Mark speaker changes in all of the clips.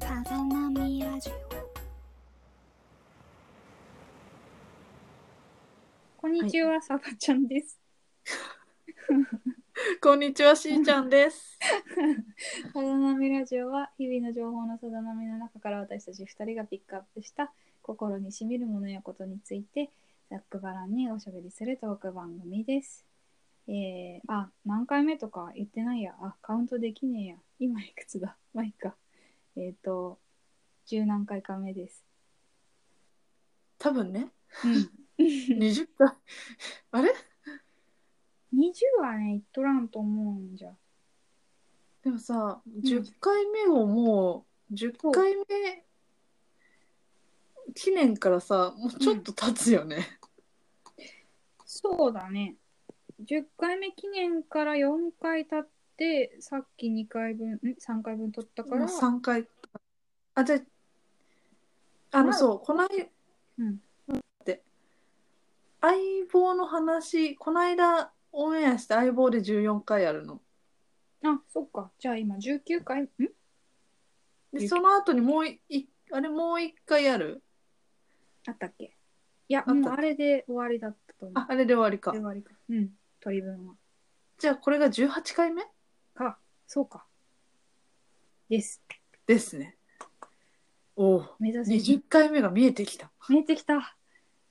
Speaker 1: 謎なみラジ
Speaker 2: こんにちは、さばちゃんです。
Speaker 3: こんにちは、しーちゃんです。
Speaker 2: さだなみラジオは、日々の情報のさだなみの中から私たち2人がピックアップした心にしみるものやことについて、ざっくばらんにおしゃべりするトーク番組です。えー、あ、何回目とか言ってないや。あ、カウントできねえや。今いくつだ まあいいか。えっ、と、十何回か目です。
Speaker 3: 多分 ね、
Speaker 2: うん。
Speaker 3: 20回。あれ
Speaker 2: 20はね、いっとらんと思うんじゃ。
Speaker 3: でもさ、10回目をもう、10回目記念からさ、もうちょっと経つよね。
Speaker 2: そうだね。10回目記念から4回経って、さっき2回分、ん ?3 回分取ったか
Speaker 3: もう
Speaker 2: ら、
Speaker 3: 3回。あ、じゃあ、あ
Speaker 2: う
Speaker 3: の、
Speaker 2: ん
Speaker 3: そう、こない、
Speaker 2: うん
Speaker 3: って、相棒の話、こないだオンエアして相棒で14回やるの。
Speaker 2: あ、そっか。じゃあ今19回、ん
Speaker 3: で、その後にもうい、いあれもう1回やる
Speaker 2: あったっけいや、
Speaker 3: あった
Speaker 2: もうあれで終わりだったと思う。
Speaker 3: あ、あれで終わりか
Speaker 2: で終。わりか。うん、取り分は。
Speaker 3: じゃあ、これが18回目
Speaker 2: か、そうか。です。
Speaker 3: ですね。おお、
Speaker 2: 目指せ。
Speaker 3: 20回目が見えてきた。
Speaker 2: 見えてきた。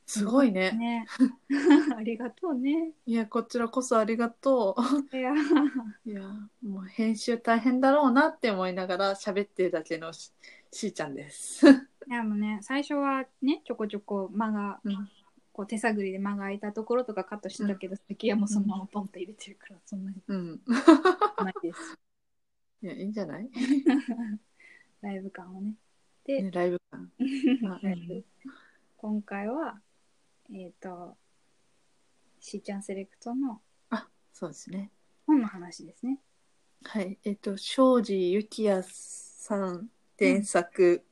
Speaker 3: すごいね。
Speaker 2: ね。 ありがとうね。
Speaker 3: いや、こちらこそありがと
Speaker 2: いや、
Speaker 3: う。 いや、もう編集大変だろうなって思いながら喋ってるだけのししーちゃんです。
Speaker 2: いやもうね、最初はね、ちょこちょこ間が
Speaker 3: うん
Speaker 2: こう手探りで間が空いたところとかカットしてたけど、関谷もそのままポンと入れてるから、そんなに
Speaker 3: うん。
Speaker 2: ないです。
Speaker 3: いや、いいんじゃない、
Speaker 2: ライブ感をね。で、
Speaker 3: ね、ライブ感。あう
Speaker 2: ライブ
Speaker 3: ん
Speaker 2: 今回は、えっ、と、しーちゃんセレクトの
Speaker 3: そうですね。
Speaker 2: 本の話ですね。
Speaker 3: はい。えっ、と、庄司幸也さん原作、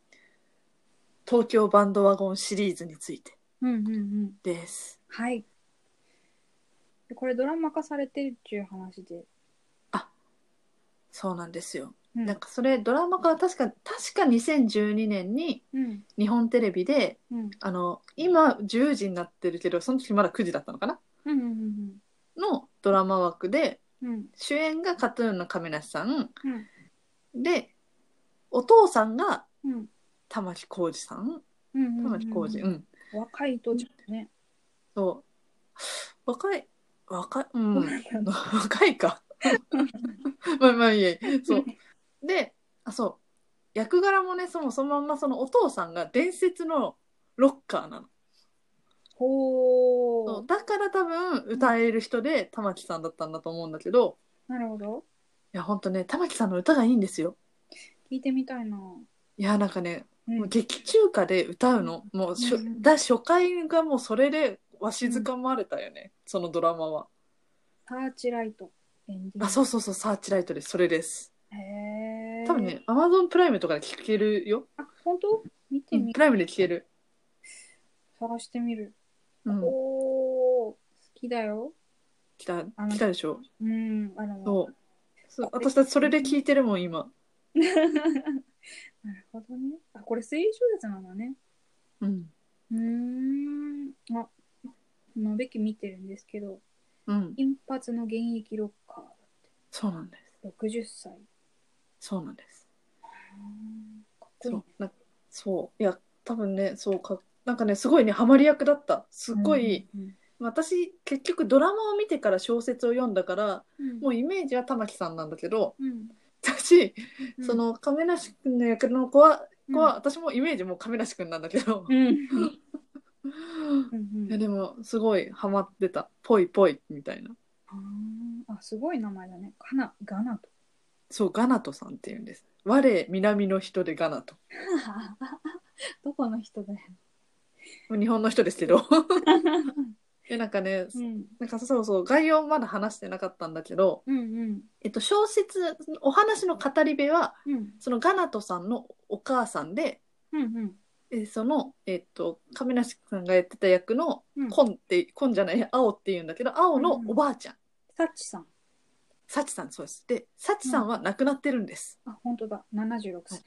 Speaker 3: 東京バンドワゴンシリーズについて
Speaker 2: うんうんうん。
Speaker 3: です。
Speaker 2: はい。でこれドラマ化されてるっていう話で。
Speaker 3: そうなんですよ。
Speaker 2: うん
Speaker 3: なんかそれドラマ化は確か、確か2012年に
Speaker 2: うん
Speaker 3: 日本テレビで、
Speaker 2: うん
Speaker 3: あの、今10時になってるけど、その時まだ9時だったのかな
Speaker 2: うんうんうん
Speaker 3: のドラマ枠で、
Speaker 2: うんうん
Speaker 3: 主演がカトゥーンの亀梨さん、
Speaker 2: うん
Speaker 3: で、お父さんが
Speaker 2: うん
Speaker 3: 玉置浩二さん
Speaker 2: うんうん
Speaker 3: 玉置浩二、
Speaker 2: う
Speaker 3: うんん。
Speaker 2: 若いとちょっとね。
Speaker 3: そう。若い、若い、うん。 若いか。まあまあいいやそう。で、あ、そう。役柄もね、そもそのまんまそのお父さんが伝説のロッカーなの。
Speaker 2: ほ
Speaker 3: そう
Speaker 2: ー。
Speaker 3: だから多分歌える人で玉木さんだったんだと思うんだけど、
Speaker 2: なるほど。
Speaker 3: いや、ほんとね、玉木さんの歌がいいんですよ。
Speaker 2: 聞いてみたいな。
Speaker 3: いや、なんかね、
Speaker 2: うん
Speaker 3: もう劇中歌で歌うの。もうしょ、
Speaker 2: うん
Speaker 3: だ初回がもうそれでわしづかまれたよね、そのドラマは。
Speaker 2: サーチライト。エンディング
Speaker 3: あ、そうそうそう、サーチライトです。それです。
Speaker 2: へー
Speaker 3: 多分ね、アマゾンプライムとかで聴けるよ。
Speaker 2: あ、本当見てみ、
Speaker 3: プライムで聴ける。
Speaker 2: 探してみる。
Speaker 3: うん。
Speaker 2: おー、好きだよ。
Speaker 3: 来た、
Speaker 2: あの
Speaker 3: 来たでしょ。
Speaker 2: うん、あの、
Speaker 3: そう。そう私たちそれで聴いてるもん、今。
Speaker 2: なるほどね。あ、これ推理小説なんだね。
Speaker 3: うん。
Speaker 2: うーん。あ、今、べき見てるんですけど、
Speaker 3: うん。
Speaker 2: 金髪の現役ロッカ
Speaker 3: そうなんです。
Speaker 2: ー、60歳。
Speaker 3: そうなんです。
Speaker 2: あーかっこ
Speaker 3: そ
Speaker 2: いいね
Speaker 3: う。なんかそういや多分ねそうかなんかねすごいねハマり役だったすっごい、、
Speaker 2: うん
Speaker 3: 私結局ドラマを見てから小説を読んだから
Speaker 2: うん、
Speaker 3: もうイメージは玉木さんなんだけど
Speaker 2: うん、
Speaker 3: 私、
Speaker 2: うん
Speaker 3: そ、の亀梨君の役の子は,、
Speaker 2: うん
Speaker 3: 子は私もイメージもう亀梨君なんだけど、
Speaker 2: うん、うん
Speaker 3: いうや
Speaker 2: ん。
Speaker 3: でもすごいハマってたぽいぽいみたいな
Speaker 2: あーあ、すごい名前だね。かな、ガナと。
Speaker 3: そうガナトさんっていうんです我南の人でガナト
Speaker 2: どこの人だよ。
Speaker 3: 日本の人ですけどでなんかね、
Speaker 2: うん、
Speaker 3: なんかそうそう概要まだ話してなかったんだけど、
Speaker 2: うん、
Speaker 3: えっと、小説お話の語り部は
Speaker 2: うん、うん、
Speaker 3: そのガナトさんのお母さんで
Speaker 2: うん、
Speaker 3: えその、えっと、亀梨さんがやってた役の
Speaker 2: うん。
Speaker 3: コンってコンじゃない青っていうんだけど青のおばあちゃん、
Speaker 2: サッチさん。
Speaker 3: 幸さんそうですで幸さんは亡くなってるんです、
Speaker 2: あ、本当だ。76歳。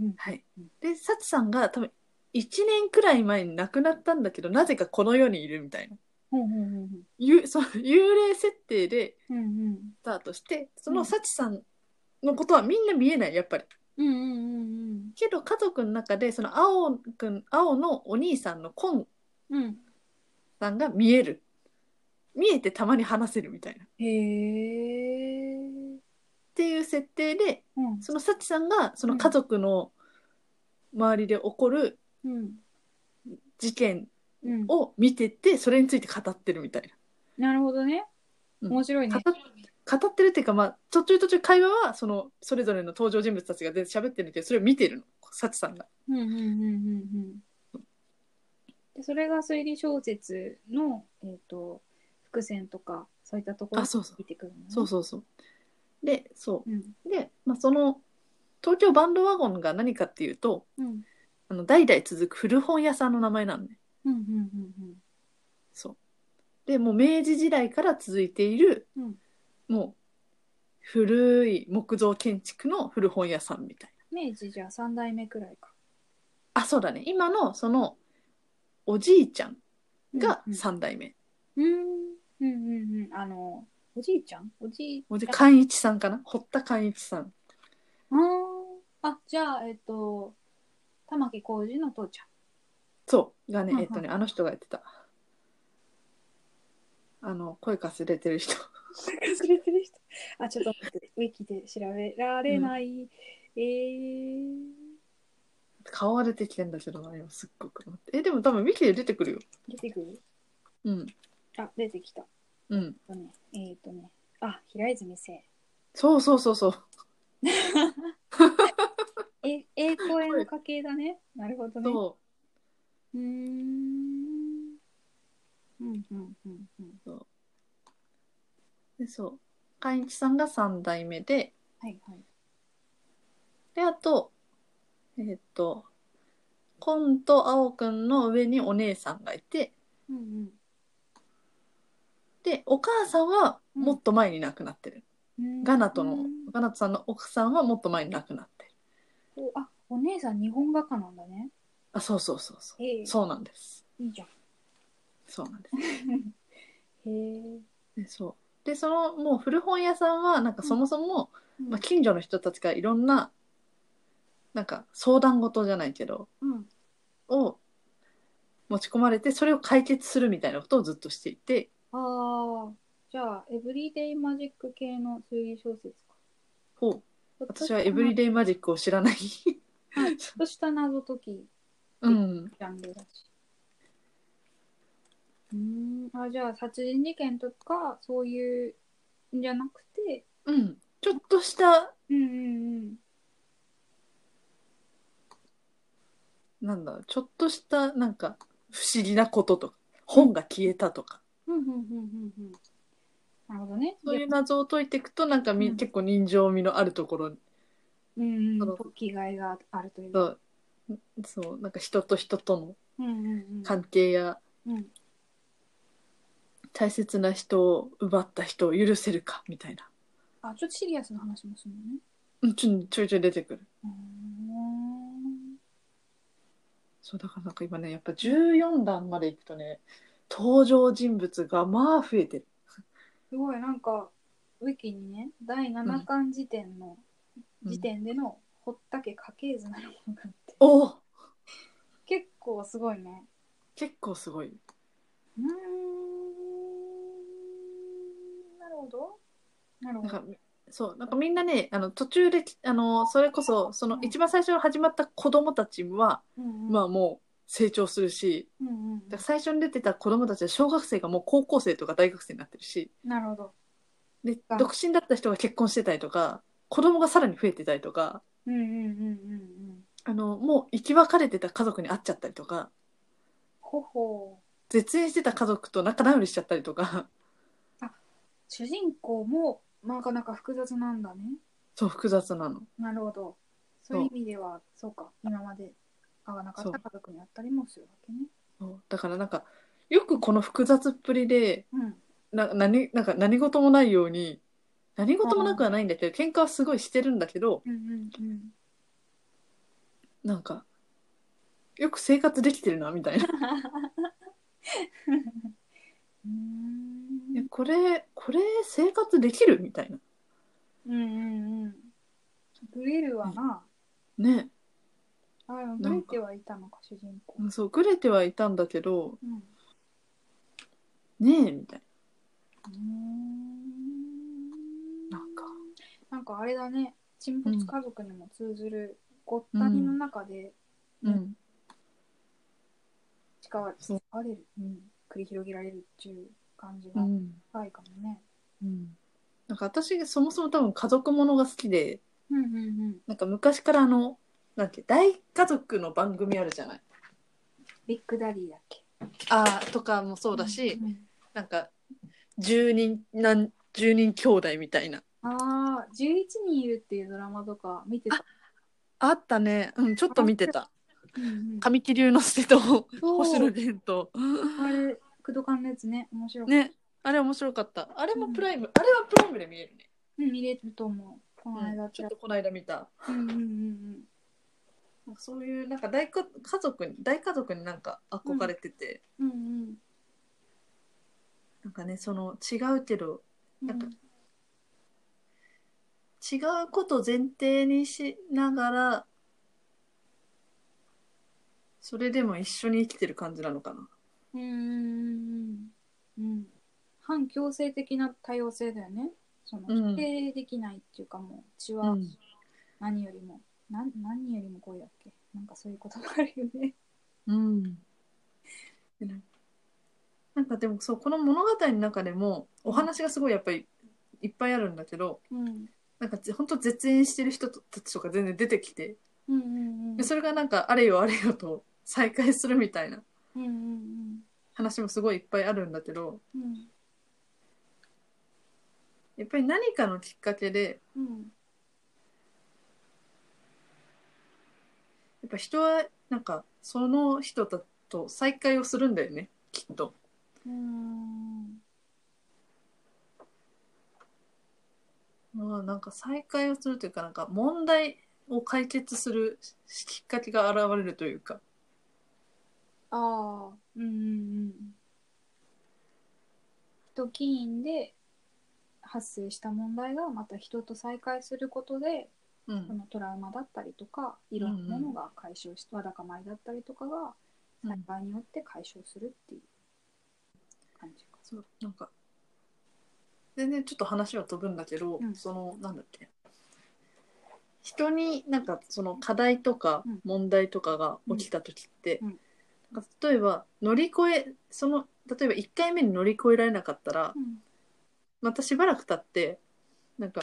Speaker 2: うん
Speaker 3: はい
Speaker 2: うん。
Speaker 3: で、サチさんが多分1年くらい前に亡くなったんだけど、なぜかこの世にいるみたいな。
Speaker 2: ほうほうほうほう
Speaker 3: ゆそう 幽霊設定で
Speaker 2: うんうん
Speaker 3: スタートして、そうの
Speaker 2: ん
Speaker 3: サチさんのことはみんな見えない、やっぱり。
Speaker 2: うんうん
Speaker 3: けど家族の中で、その青くん、青のお兄さんのコン
Speaker 2: うんうん
Speaker 3: さんが見える。見えてたまに話せるみたいな。っ
Speaker 2: へえ
Speaker 3: ていう設定で、
Speaker 2: うん
Speaker 3: そのサチさんがその家族の周りで起こる
Speaker 2: うん
Speaker 3: 事件
Speaker 2: うん
Speaker 3: を見てて、それについて語ってるみたいな。
Speaker 2: なるほどね
Speaker 3: うん
Speaker 2: 面白いね
Speaker 3: 語っ語ってるっていうか、まあ、途中途中会話はそのそれぞれの登場人物たちが全然喋ってるんだけどそれを見てるのサチさんが。
Speaker 2: うんうんうんうんうんでそれが推理小説のえっ、と伏線とかそういったところ
Speaker 3: あそうそう
Speaker 2: 出てくるのね
Speaker 3: そうそうそう。でそ
Speaker 2: うん
Speaker 3: うで、まあ、その東京バンドワゴンが何かっていうと
Speaker 2: うん
Speaker 3: あの代々続く古本屋さんの名前なんね。
Speaker 2: うんうんうん
Speaker 3: そうでもう明治時代から続いている、
Speaker 2: うん
Speaker 3: もう古い木造建築の古本屋さんみたいな。
Speaker 2: うん明治じゃ三代目くらいか
Speaker 3: あそうだね今のそのおじいちゃんが
Speaker 2: うんうん
Speaker 3: 3代目。
Speaker 2: うんうんうんうんあのおじいちゃんおじいち
Speaker 3: おじ
Speaker 2: ゃん
Speaker 3: 寛一さんかな堀田寛一さん。
Speaker 2: あーあじゃあえっ、と玉置浩二の父ちゃん
Speaker 3: そう。がね
Speaker 2: うんう、ん
Speaker 3: えっとね、あの人がやってた。あの、声かすれてる人。
Speaker 2: 忘れてる人あちょっと待ってウィキで調べられない、えー、
Speaker 3: 顔は出てきてんだけどな、今すっごく。え、でも多分、ウィキで出てくるよ。
Speaker 2: 出てくる
Speaker 3: うん。
Speaker 2: あ出てきた
Speaker 3: うん。
Speaker 2: えっとねえー、とねあ平泉聖
Speaker 3: そうそうそうそう。
Speaker 2: え栄光への家系だねなるほどね
Speaker 3: そう
Speaker 2: ーんうんうんうんうん
Speaker 3: う。で、そう。寛一さんが3代目で、
Speaker 2: はいはい
Speaker 3: で、あと、えっと、コンと青くんの上にお姉さんがいて、
Speaker 2: うんうん
Speaker 3: で、お母さんはもっと前に亡くなってる。
Speaker 2: うん
Speaker 3: ガナト
Speaker 2: う
Speaker 3: の
Speaker 2: ん、
Speaker 3: ガナトさんの奥さんはもっと前に亡くなってる。
Speaker 2: おあお姉さん日本画家なんだね
Speaker 3: あ、そうそうそうそう。
Speaker 2: へえ
Speaker 3: そうなんです。
Speaker 2: いいじゃん
Speaker 3: そうなんです。
Speaker 2: へえ、
Speaker 3: で、そう。で、その、もう古本屋さんは、なんかそもそも、
Speaker 2: うん
Speaker 3: まあ、近所の人たちからいろんな、なんか相談事じゃないけど、
Speaker 2: うん
Speaker 3: を持ち込まれて、それを解決するみたいなことをずっとしていて、
Speaker 2: ああじゃあエブリデイマジック系の推理小説か
Speaker 3: ほう。私はエブリ
Speaker 2: デイ
Speaker 3: デイマジックを知らない。
Speaker 2: ちょっとした謎解き
Speaker 3: うん。
Speaker 2: ジャンルだし。うーん、あ、じゃあ殺人事件とか、そういうんじゃなくて。
Speaker 3: うん。ちょっとした、
Speaker 2: うんうんうん。
Speaker 3: なんだろう、ちょっとした、なんか、不思議なこととか、本が消えたとか、
Speaker 2: うんうんうんうんうん。なるほどね。
Speaker 3: そういう謎を解いていくと、なんかみ、
Speaker 2: うん
Speaker 3: 結構人情味のあるところに
Speaker 2: うん
Speaker 3: そうの
Speaker 2: ん。解きがいがあるという
Speaker 3: そ
Speaker 2: か。
Speaker 3: うそうなんか人と人との
Speaker 2: うんうん
Speaker 3: 関係や
Speaker 2: うん。うん。
Speaker 3: 大切な人を奪った人を許せるかみたいな、
Speaker 2: あ、ちょっとシリアスな話もするのね。
Speaker 3: うん、ちょちょいちょい出てくる
Speaker 2: うーん。
Speaker 3: そうだからなんか今ねやっぱ14段までいくとね登場人物がまあ増えてる
Speaker 2: すごい、なんか、ウィキにね、第7巻時点の、
Speaker 3: うん
Speaker 2: 時点での、堀田家家系図なのものがあって、
Speaker 3: おー
Speaker 2: 結構すごいね。
Speaker 3: 結構すごいう
Speaker 2: ーんなるほど。なる
Speaker 3: な
Speaker 2: ほ
Speaker 3: ん
Speaker 2: ど。
Speaker 3: かそうなんかみんなねあの途中であのそれこそその一番最初に始まった子供たちは、
Speaker 2: うんうん
Speaker 3: まあもう成長するし
Speaker 2: うんうん
Speaker 3: だから最初に出てた子供たちは小学生がもう高校生とか大学生になってるし
Speaker 2: なるほど。
Speaker 3: で
Speaker 2: あ
Speaker 3: 独身だった人が結婚してたりとか子供がさらに増えてたりとか
Speaker 2: うんうんうんうんうん。
Speaker 3: あのもう生き別れてた家族に会っちゃったりとか
Speaker 2: ほほ
Speaker 3: 絶縁してた家族と仲直りしちゃったりとか
Speaker 2: 主人公もなかなか複雑なんだね。
Speaker 3: そう複雑なの
Speaker 2: なるほど。そういう意味では、そうか、今まで会わなかっ
Speaker 3: そう
Speaker 2: た家族に会ったりもするわけね。
Speaker 3: そうだからなんかよくこの複雑っぷりで
Speaker 2: うん。
Speaker 3: な何なんか何事もないように何事もなくはないんだけど喧嘩はすごいしてるんだけど
Speaker 2: うんうんうん。
Speaker 3: なんかよく生活できてるなみたいな
Speaker 2: うーん
Speaker 3: えこれこれ生活できるみたいな
Speaker 2: うんうんうんグレルはな、
Speaker 3: ね
Speaker 2: あでもグレてはいたのか主人公
Speaker 3: うんそうグレてはいたんだけど
Speaker 2: うん
Speaker 3: ねえみたいう
Speaker 2: ーん
Speaker 3: ななんか
Speaker 2: なんかあれだね沈没家族にも通ずるごったりの中で
Speaker 3: うん
Speaker 2: 力が
Speaker 3: そう
Speaker 2: あれる、うん、繰り広げられるっていう感じ
Speaker 3: う
Speaker 2: が
Speaker 3: ん、
Speaker 2: 深いかもね。
Speaker 3: うん、なんか私そもそも多分家族ものが好きで
Speaker 2: うんうんうん。
Speaker 3: なんか昔からあのなんて大家族の番組あるじゃない
Speaker 2: ビッグダディだっけ
Speaker 3: あーとかもそうだし、
Speaker 2: んうん
Speaker 3: なんか10人何10人兄弟みたいな
Speaker 2: ああ、11人いるっていうドラマとか見てた。
Speaker 3: あったねうんちょっと見てた
Speaker 2: うんうん
Speaker 3: 神木隆之介と
Speaker 2: そう
Speaker 3: 星野源と
Speaker 2: あれ、クドカンのやつね、面白い。
Speaker 3: ねあれ面白かったあれもプライム、あれはプライムで見えるね、
Speaker 2: うん、見れると思う。この間
Speaker 3: ち
Speaker 2: ち
Speaker 3: ょ
Speaker 2: ら
Speaker 3: っとこの間見た
Speaker 2: うんうんうんうん。
Speaker 3: なんかそういうなんか大家家族に大家族になんか憧れてて、
Speaker 2: うんうん
Speaker 3: なんかねその違うけど
Speaker 2: うん。
Speaker 3: なんか違うことを前提にしながらそれでも一緒に生きてる感じなのかな
Speaker 2: うんうんうんうん。反強制的な多様性だよね。その
Speaker 3: うん
Speaker 2: 否定できないっていうかもう、血は
Speaker 3: うん
Speaker 2: 何よりも、なん、何よりも恋だっけなんかそういう言葉あるよね。
Speaker 3: うん。なんかでもそうこの物語の中でもお話がすごいやっぱりいっぱいあるんだけど
Speaker 2: うん
Speaker 3: なんか本当絶縁してる人たちとか全然出てきて
Speaker 2: うんうんうん
Speaker 3: でそれがなんかあれよあれよと再会するみたいな
Speaker 2: うんうん
Speaker 3: 話もすごいいっぱいあるんだけど
Speaker 2: うん
Speaker 3: やっぱり何かのきっかけで
Speaker 2: うん
Speaker 3: やっぱ人はなんかその人たと再会をするんだよねきっと。
Speaker 2: うん
Speaker 3: まあなんか再会をするというかなんか問題を解決するきっかけが現れるというか
Speaker 2: ああうんうんうん人起因で発生した問題がまた人と再会することで
Speaker 3: う
Speaker 2: そ
Speaker 3: ん、
Speaker 2: のトラウマだったりとかいろんなものが解消してわだかまりだったりとかが
Speaker 3: うん
Speaker 2: 再会によって解消するっていう感じか。
Speaker 3: そうなんか全然ちょっと話は飛ぶんだけど、
Speaker 2: うん
Speaker 3: そのなんだっけ人になんかその課題とか
Speaker 2: うん
Speaker 3: 問題とかが起きた時って、
Speaker 2: うん
Speaker 3: なんか例えば乗り越えその例えば1回目に乗り越えられなかったら
Speaker 2: うん
Speaker 3: またしばらく経ってなんか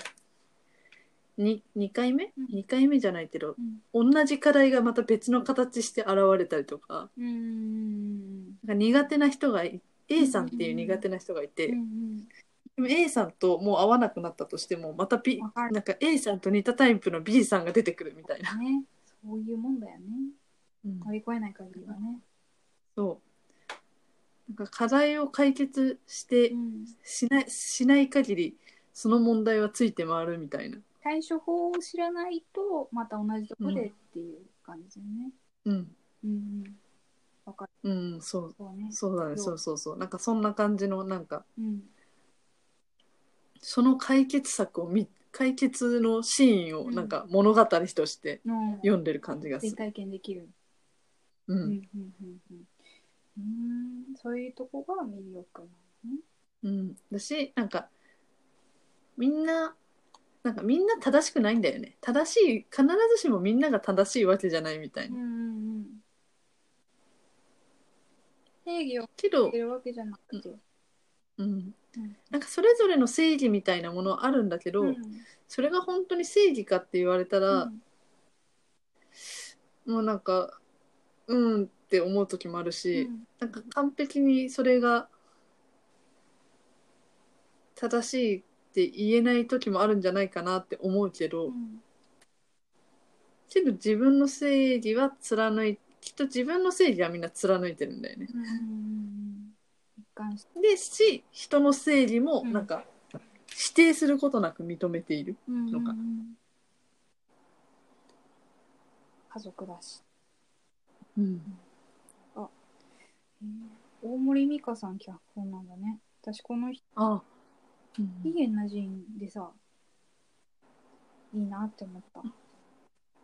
Speaker 3: 2, 2回目、
Speaker 2: うん
Speaker 3: 2回目じゃないけど
Speaker 2: うん
Speaker 3: 同じ課題がまた別の形して現れたりとか
Speaker 2: うんうん
Speaker 3: なんか苦手な人がい A さんっていう苦手な人がいて、
Speaker 2: うんうん
Speaker 3: でも A さんともう会わなくなったとしてもまた B
Speaker 2: わかる
Speaker 3: なんか A さんと似たタイプの B さんが出てくるみたいな、
Speaker 2: ねそういうもんだよね乗り越えない限りはね。
Speaker 3: そうなんか課題を解決して
Speaker 2: うん
Speaker 3: しないしない限りその問題はついて回るみたいな、
Speaker 2: 対処法を知らないとまた同じとこでっていう感じだよね。
Speaker 3: うん
Speaker 2: うんうん、わかる
Speaker 3: うん、そう
Speaker 2: そうね。
Speaker 3: そうだね
Speaker 2: そ
Speaker 3: そううそうそうなんかそんな感じのなんか
Speaker 2: うん
Speaker 3: その解決策を見解決のシーンをなんか物語として
Speaker 2: の
Speaker 3: 読んでる感じがす
Speaker 2: 実
Speaker 3: る。
Speaker 2: 体験できる。
Speaker 3: う
Speaker 2: うんうんんうんうん。うーんそういうとこが魅力なのね。
Speaker 3: うん、だしなんかみんななんかみんな正しくないんだよね正しい必ずしもみんなが正しいわけじゃないみたい
Speaker 2: うん
Speaker 3: な。
Speaker 2: うんうん。定義を
Speaker 3: けど
Speaker 2: 受け、るわけじゃなくて。
Speaker 3: うん
Speaker 2: うん、
Speaker 3: なんかそれぞれの正義みたいなものあるんだけど、それが本当に正義かって言われた
Speaker 2: う
Speaker 3: ら、
Speaker 2: ん
Speaker 3: もうなんかうんって思う時もある
Speaker 2: う
Speaker 3: し、
Speaker 2: ん
Speaker 3: なんか完璧にそれが正しいって言えない時もあるんじゃないかなって思うけど、
Speaker 2: うん
Speaker 3: けど自分の正義は貫いきっと自分の正義はみんな貫いてるんだよね。
Speaker 2: うんうんうん一貫して。
Speaker 3: でし人の正義も
Speaker 2: うん
Speaker 3: なんか否定することなく認めている。
Speaker 2: うんうんう
Speaker 3: のか
Speaker 2: ん家族だし、
Speaker 3: うん、
Speaker 2: 大森美香さん脚本なんだね私この人
Speaker 3: あ、う
Speaker 2: い
Speaker 3: ん
Speaker 2: いエナジーでさいいなって思った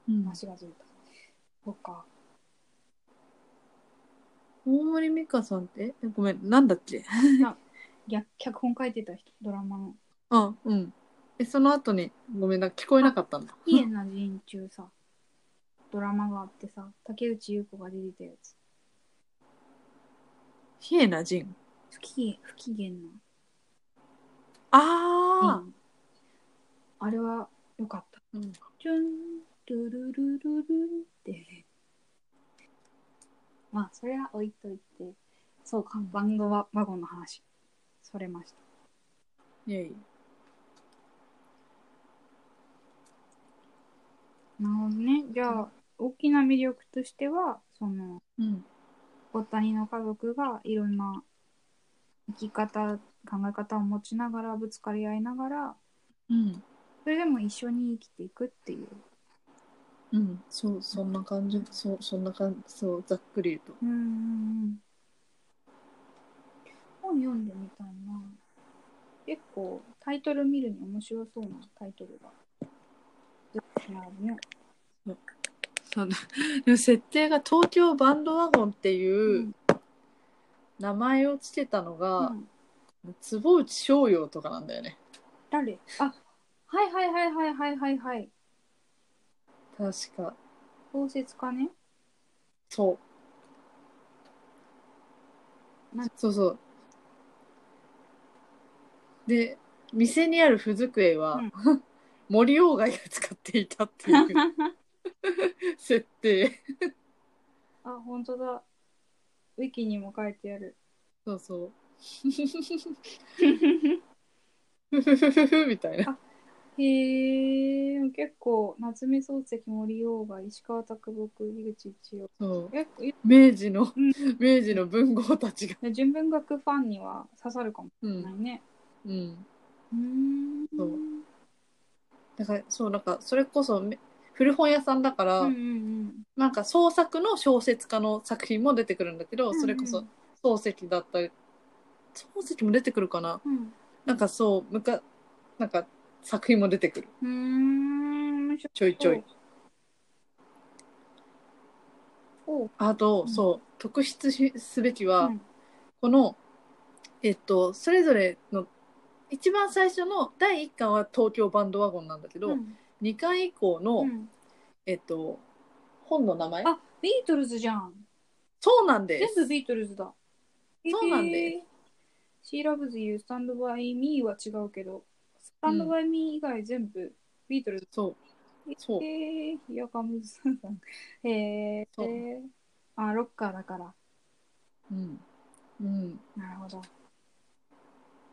Speaker 3: うん、
Speaker 2: 話がずれたそっか
Speaker 3: 大森美香さんってえごめんなんだっけ
Speaker 2: 逆脚本書いてた人ドラマの
Speaker 3: あうんえその後にごめんな聞こえなかったんだ
Speaker 2: 「いいエナジー」中さドラマがあってさ竹内優子が出てたやつ
Speaker 3: ヒエナジン
Speaker 2: 不機不機嫌な
Speaker 3: ああ、
Speaker 2: うんあれは良かった
Speaker 3: うん
Speaker 2: チュンルルルルルンってまあそれは置いといてそうかバンドはワゴンの話それました
Speaker 3: いやいや
Speaker 2: なるほどねじゃあ大きな魅力としてはその
Speaker 3: うん
Speaker 2: ボタニの家族がいろんな生き方考え方を持ちながらぶつかり合いながら
Speaker 3: うん
Speaker 2: それでも一緒に生きていくっていう
Speaker 3: うんそうそんな感じそうそんな感じそうざっくり言うと
Speaker 2: うんうんうん本読んでみたいな結構タイトル見るに面白そうなタイトルがなるね
Speaker 3: そう でも設定が東京バンドワゴンって
Speaker 2: う
Speaker 3: いうん名前をつけたの
Speaker 2: う
Speaker 3: が、
Speaker 2: ん
Speaker 3: 坪内逍遥とかなんだよね
Speaker 2: 誰あはいはいはいはいはいはいはい
Speaker 3: 確か
Speaker 2: 小説家ね
Speaker 3: そう
Speaker 2: なん
Speaker 3: そうそうで店にある不机は、
Speaker 2: うん
Speaker 3: 森鴎外が使っていたっていう 設定
Speaker 2: あ本当だウィキにも書いてある
Speaker 3: そう そう ふふふふみたいな
Speaker 2: へえ結構夏目漱石森鴎外石川啄木井口一葉
Speaker 3: そう
Speaker 2: 結構い
Speaker 3: 明治の、
Speaker 2: うん
Speaker 3: 明治の文豪たちが
Speaker 2: 純文学ファンには刺さるかも
Speaker 3: う
Speaker 2: しれない
Speaker 3: ん
Speaker 2: ね、
Speaker 3: うん
Speaker 2: うーん
Speaker 3: そうだからそうなんかそれこそめ古本屋さんだから、
Speaker 2: うんうん
Speaker 3: なんか創作の小説家の作品も出てくるんだけど、
Speaker 2: うん。
Speaker 3: それこそ。漱石だったり漱石も出てくるかな
Speaker 2: うん。
Speaker 3: なんかそうむかなんか作品も出てくる
Speaker 2: うーん。面白
Speaker 3: ちょいちょい。
Speaker 2: おう。
Speaker 3: あと、
Speaker 2: うん
Speaker 3: そう特筆しすべきは、
Speaker 2: うん
Speaker 3: このえっとそれぞれの一番最初の第1巻は東京バンドワゴンなんだけど、
Speaker 2: うん
Speaker 3: 2巻以降の、
Speaker 2: うん
Speaker 3: えっと本の名前
Speaker 2: あ、ビートルズじゃん。
Speaker 3: そうなんで
Speaker 2: 全
Speaker 3: す
Speaker 2: 部ビートルズだ。
Speaker 3: そうなんです
Speaker 2: す。She loves you, stand by me は違うけど、stand by me 以外全部ビートルズ。
Speaker 3: そうそう
Speaker 2: えー、ひやかむずさん。えー、
Speaker 3: そう
Speaker 2: えーあ、ロッカーだから。
Speaker 3: うん、うん、
Speaker 2: なるほど。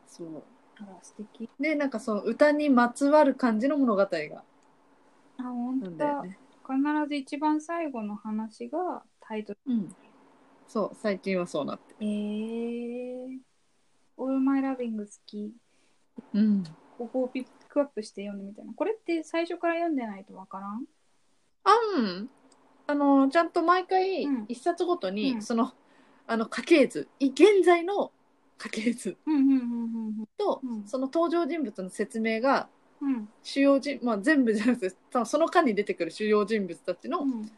Speaker 3: そう
Speaker 2: あら、素敵。
Speaker 3: でなんかその歌にまつわる感じの物語が
Speaker 2: あ、本
Speaker 3: な
Speaker 2: 当
Speaker 3: んだ
Speaker 2: だ
Speaker 3: よ。ね。
Speaker 2: 必ず一番最後の話がタイトル。
Speaker 3: うん、そう最近はそうなって。
Speaker 2: えー、All My Loving 好き。
Speaker 3: うん、
Speaker 2: ここをピックアップして読んでみたいな。これって最初から読んでないとわからん
Speaker 3: あうんあのちゃんと毎回
Speaker 2: うん
Speaker 3: 一冊ごとに、
Speaker 2: うん
Speaker 3: そのあの家系図い現在の家系図
Speaker 2: うんうんうん
Speaker 3: と、
Speaker 2: うん
Speaker 3: その登場人物の説明が
Speaker 2: うんうん。
Speaker 3: 主要人、まあ、全部じゃなくて多分その間に出てくる主要人物たち
Speaker 2: う
Speaker 3: の
Speaker 2: ん。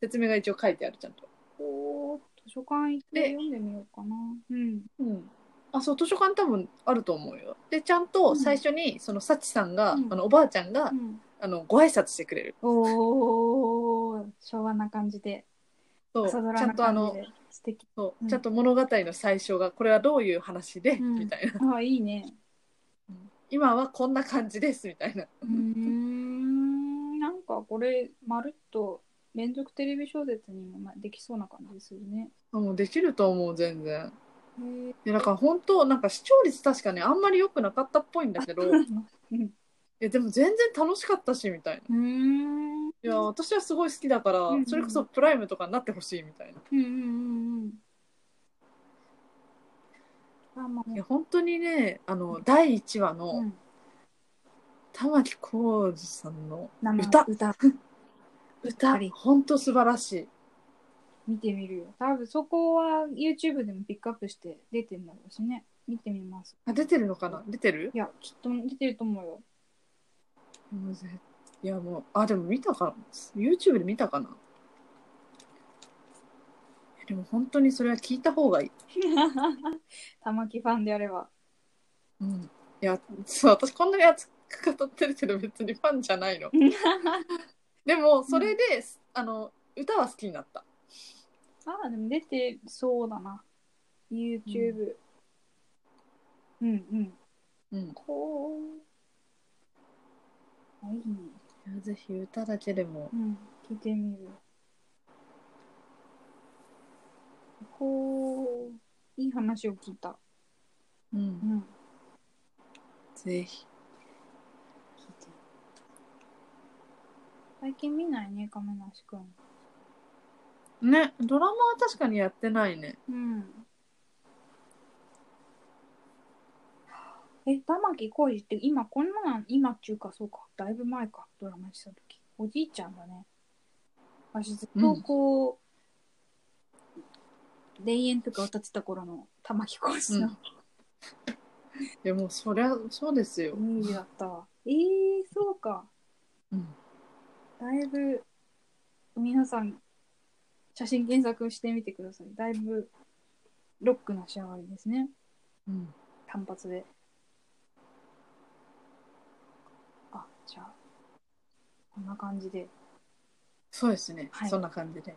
Speaker 3: 説明が一応書いてあるちゃんと。
Speaker 2: おー図書館行って
Speaker 3: で
Speaker 2: 読んでみようかな。うん。
Speaker 3: うんあそう図書館多分あると思うよ。でちゃんと最初にそのサチさんが、
Speaker 2: うん
Speaker 3: あのおばあちゃんが、
Speaker 2: うん、
Speaker 3: あのご挨拶してくれる。
Speaker 2: おー昭和な感じで。
Speaker 3: そうち
Speaker 2: 朝ドラ
Speaker 3: ゃ
Speaker 2: なん
Speaker 3: とあ
Speaker 2: 感じ
Speaker 3: の
Speaker 2: で。素敵。
Speaker 3: そううんちゃんと物語の最初がこれはどういう話で、
Speaker 2: うん
Speaker 3: みたいな
Speaker 2: あ、いいね。
Speaker 3: 今はこんな感じですみたいな
Speaker 2: うーん。なんかこれ、まるっと連続テレビ小説にもまできそうな感じするね。
Speaker 3: あもうできると思う全然
Speaker 2: へー
Speaker 3: いやだから本当なんか視聴率確かねあんまり良くなかったっぽいんだけ どい
Speaker 2: うん
Speaker 3: やでも全然楽しかったしみたいな
Speaker 2: うーん。
Speaker 3: いや私はすごい好きだから、
Speaker 2: うんうん
Speaker 3: それこそプライムとかになってほしいみたいな
Speaker 2: うんうんうんうん。あ、まあ、
Speaker 3: いや本当にねあの第1話の、
Speaker 2: うん
Speaker 3: 玉置浩二さんの
Speaker 2: 生
Speaker 3: 歌
Speaker 2: 歌。
Speaker 3: 歌
Speaker 2: ぱ
Speaker 3: た
Speaker 2: り
Speaker 3: 本当素晴らしい
Speaker 2: 見てみるよ多分そこは YouTube でもピックアップして出てるんだろうしね見てみます
Speaker 3: あ出てるのかな出てる
Speaker 2: いやきっと出てると思うよ
Speaker 3: もうぜいやもうあでも見たかな YouTube で見たかなでも本当にそれは聞いた方がいい、
Speaker 2: 玉木ファンであれば
Speaker 3: うん、いやそう私こんなに熱く語ってるけど別にファンじゃ ないのでもそれで、あの歌は好きになった
Speaker 2: ああでも出てそうだな YouTube うんうん
Speaker 3: うん
Speaker 2: こうあいいね
Speaker 3: いやぜひ歌だけでも
Speaker 2: うん聞いてみるこういい話を聞いた
Speaker 3: う
Speaker 2: うんん
Speaker 3: ぜひ
Speaker 2: 聞いてる最近見ないね亀梨くん
Speaker 3: ねドラマは確かにやってないね
Speaker 2: うんえ玉木浩二って今こんななん今っていうかそうかだいぶ前かドラマした時おじいちゃんだね私ずっとこう、田園とか歌ってた頃の玉木浩二の
Speaker 3: いやもうそりゃそうですよ
Speaker 2: イ、メージだったわ、えー、そうか
Speaker 3: うん、
Speaker 2: だいぶ皆さん写真検索してみてくださいだいぶロックな仕上がりですね
Speaker 3: うん
Speaker 2: 単発であじゃあこんな感じで
Speaker 3: そうですね、
Speaker 2: はい
Speaker 3: そんな感じで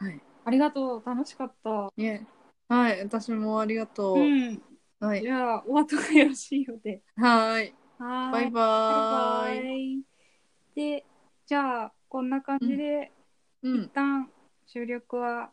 Speaker 3: はい
Speaker 2: ありがとう楽しかった
Speaker 3: いえはい私もありがとう、
Speaker 2: うん
Speaker 3: はい
Speaker 2: じゃあお後がよろしいようで
Speaker 3: はーい
Speaker 2: はーい
Speaker 3: バイバ
Speaker 2: バ
Speaker 3: ーイ
Speaker 2: イバイでじゃあこんな感じで、
Speaker 3: うん
Speaker 2: 一旦収録は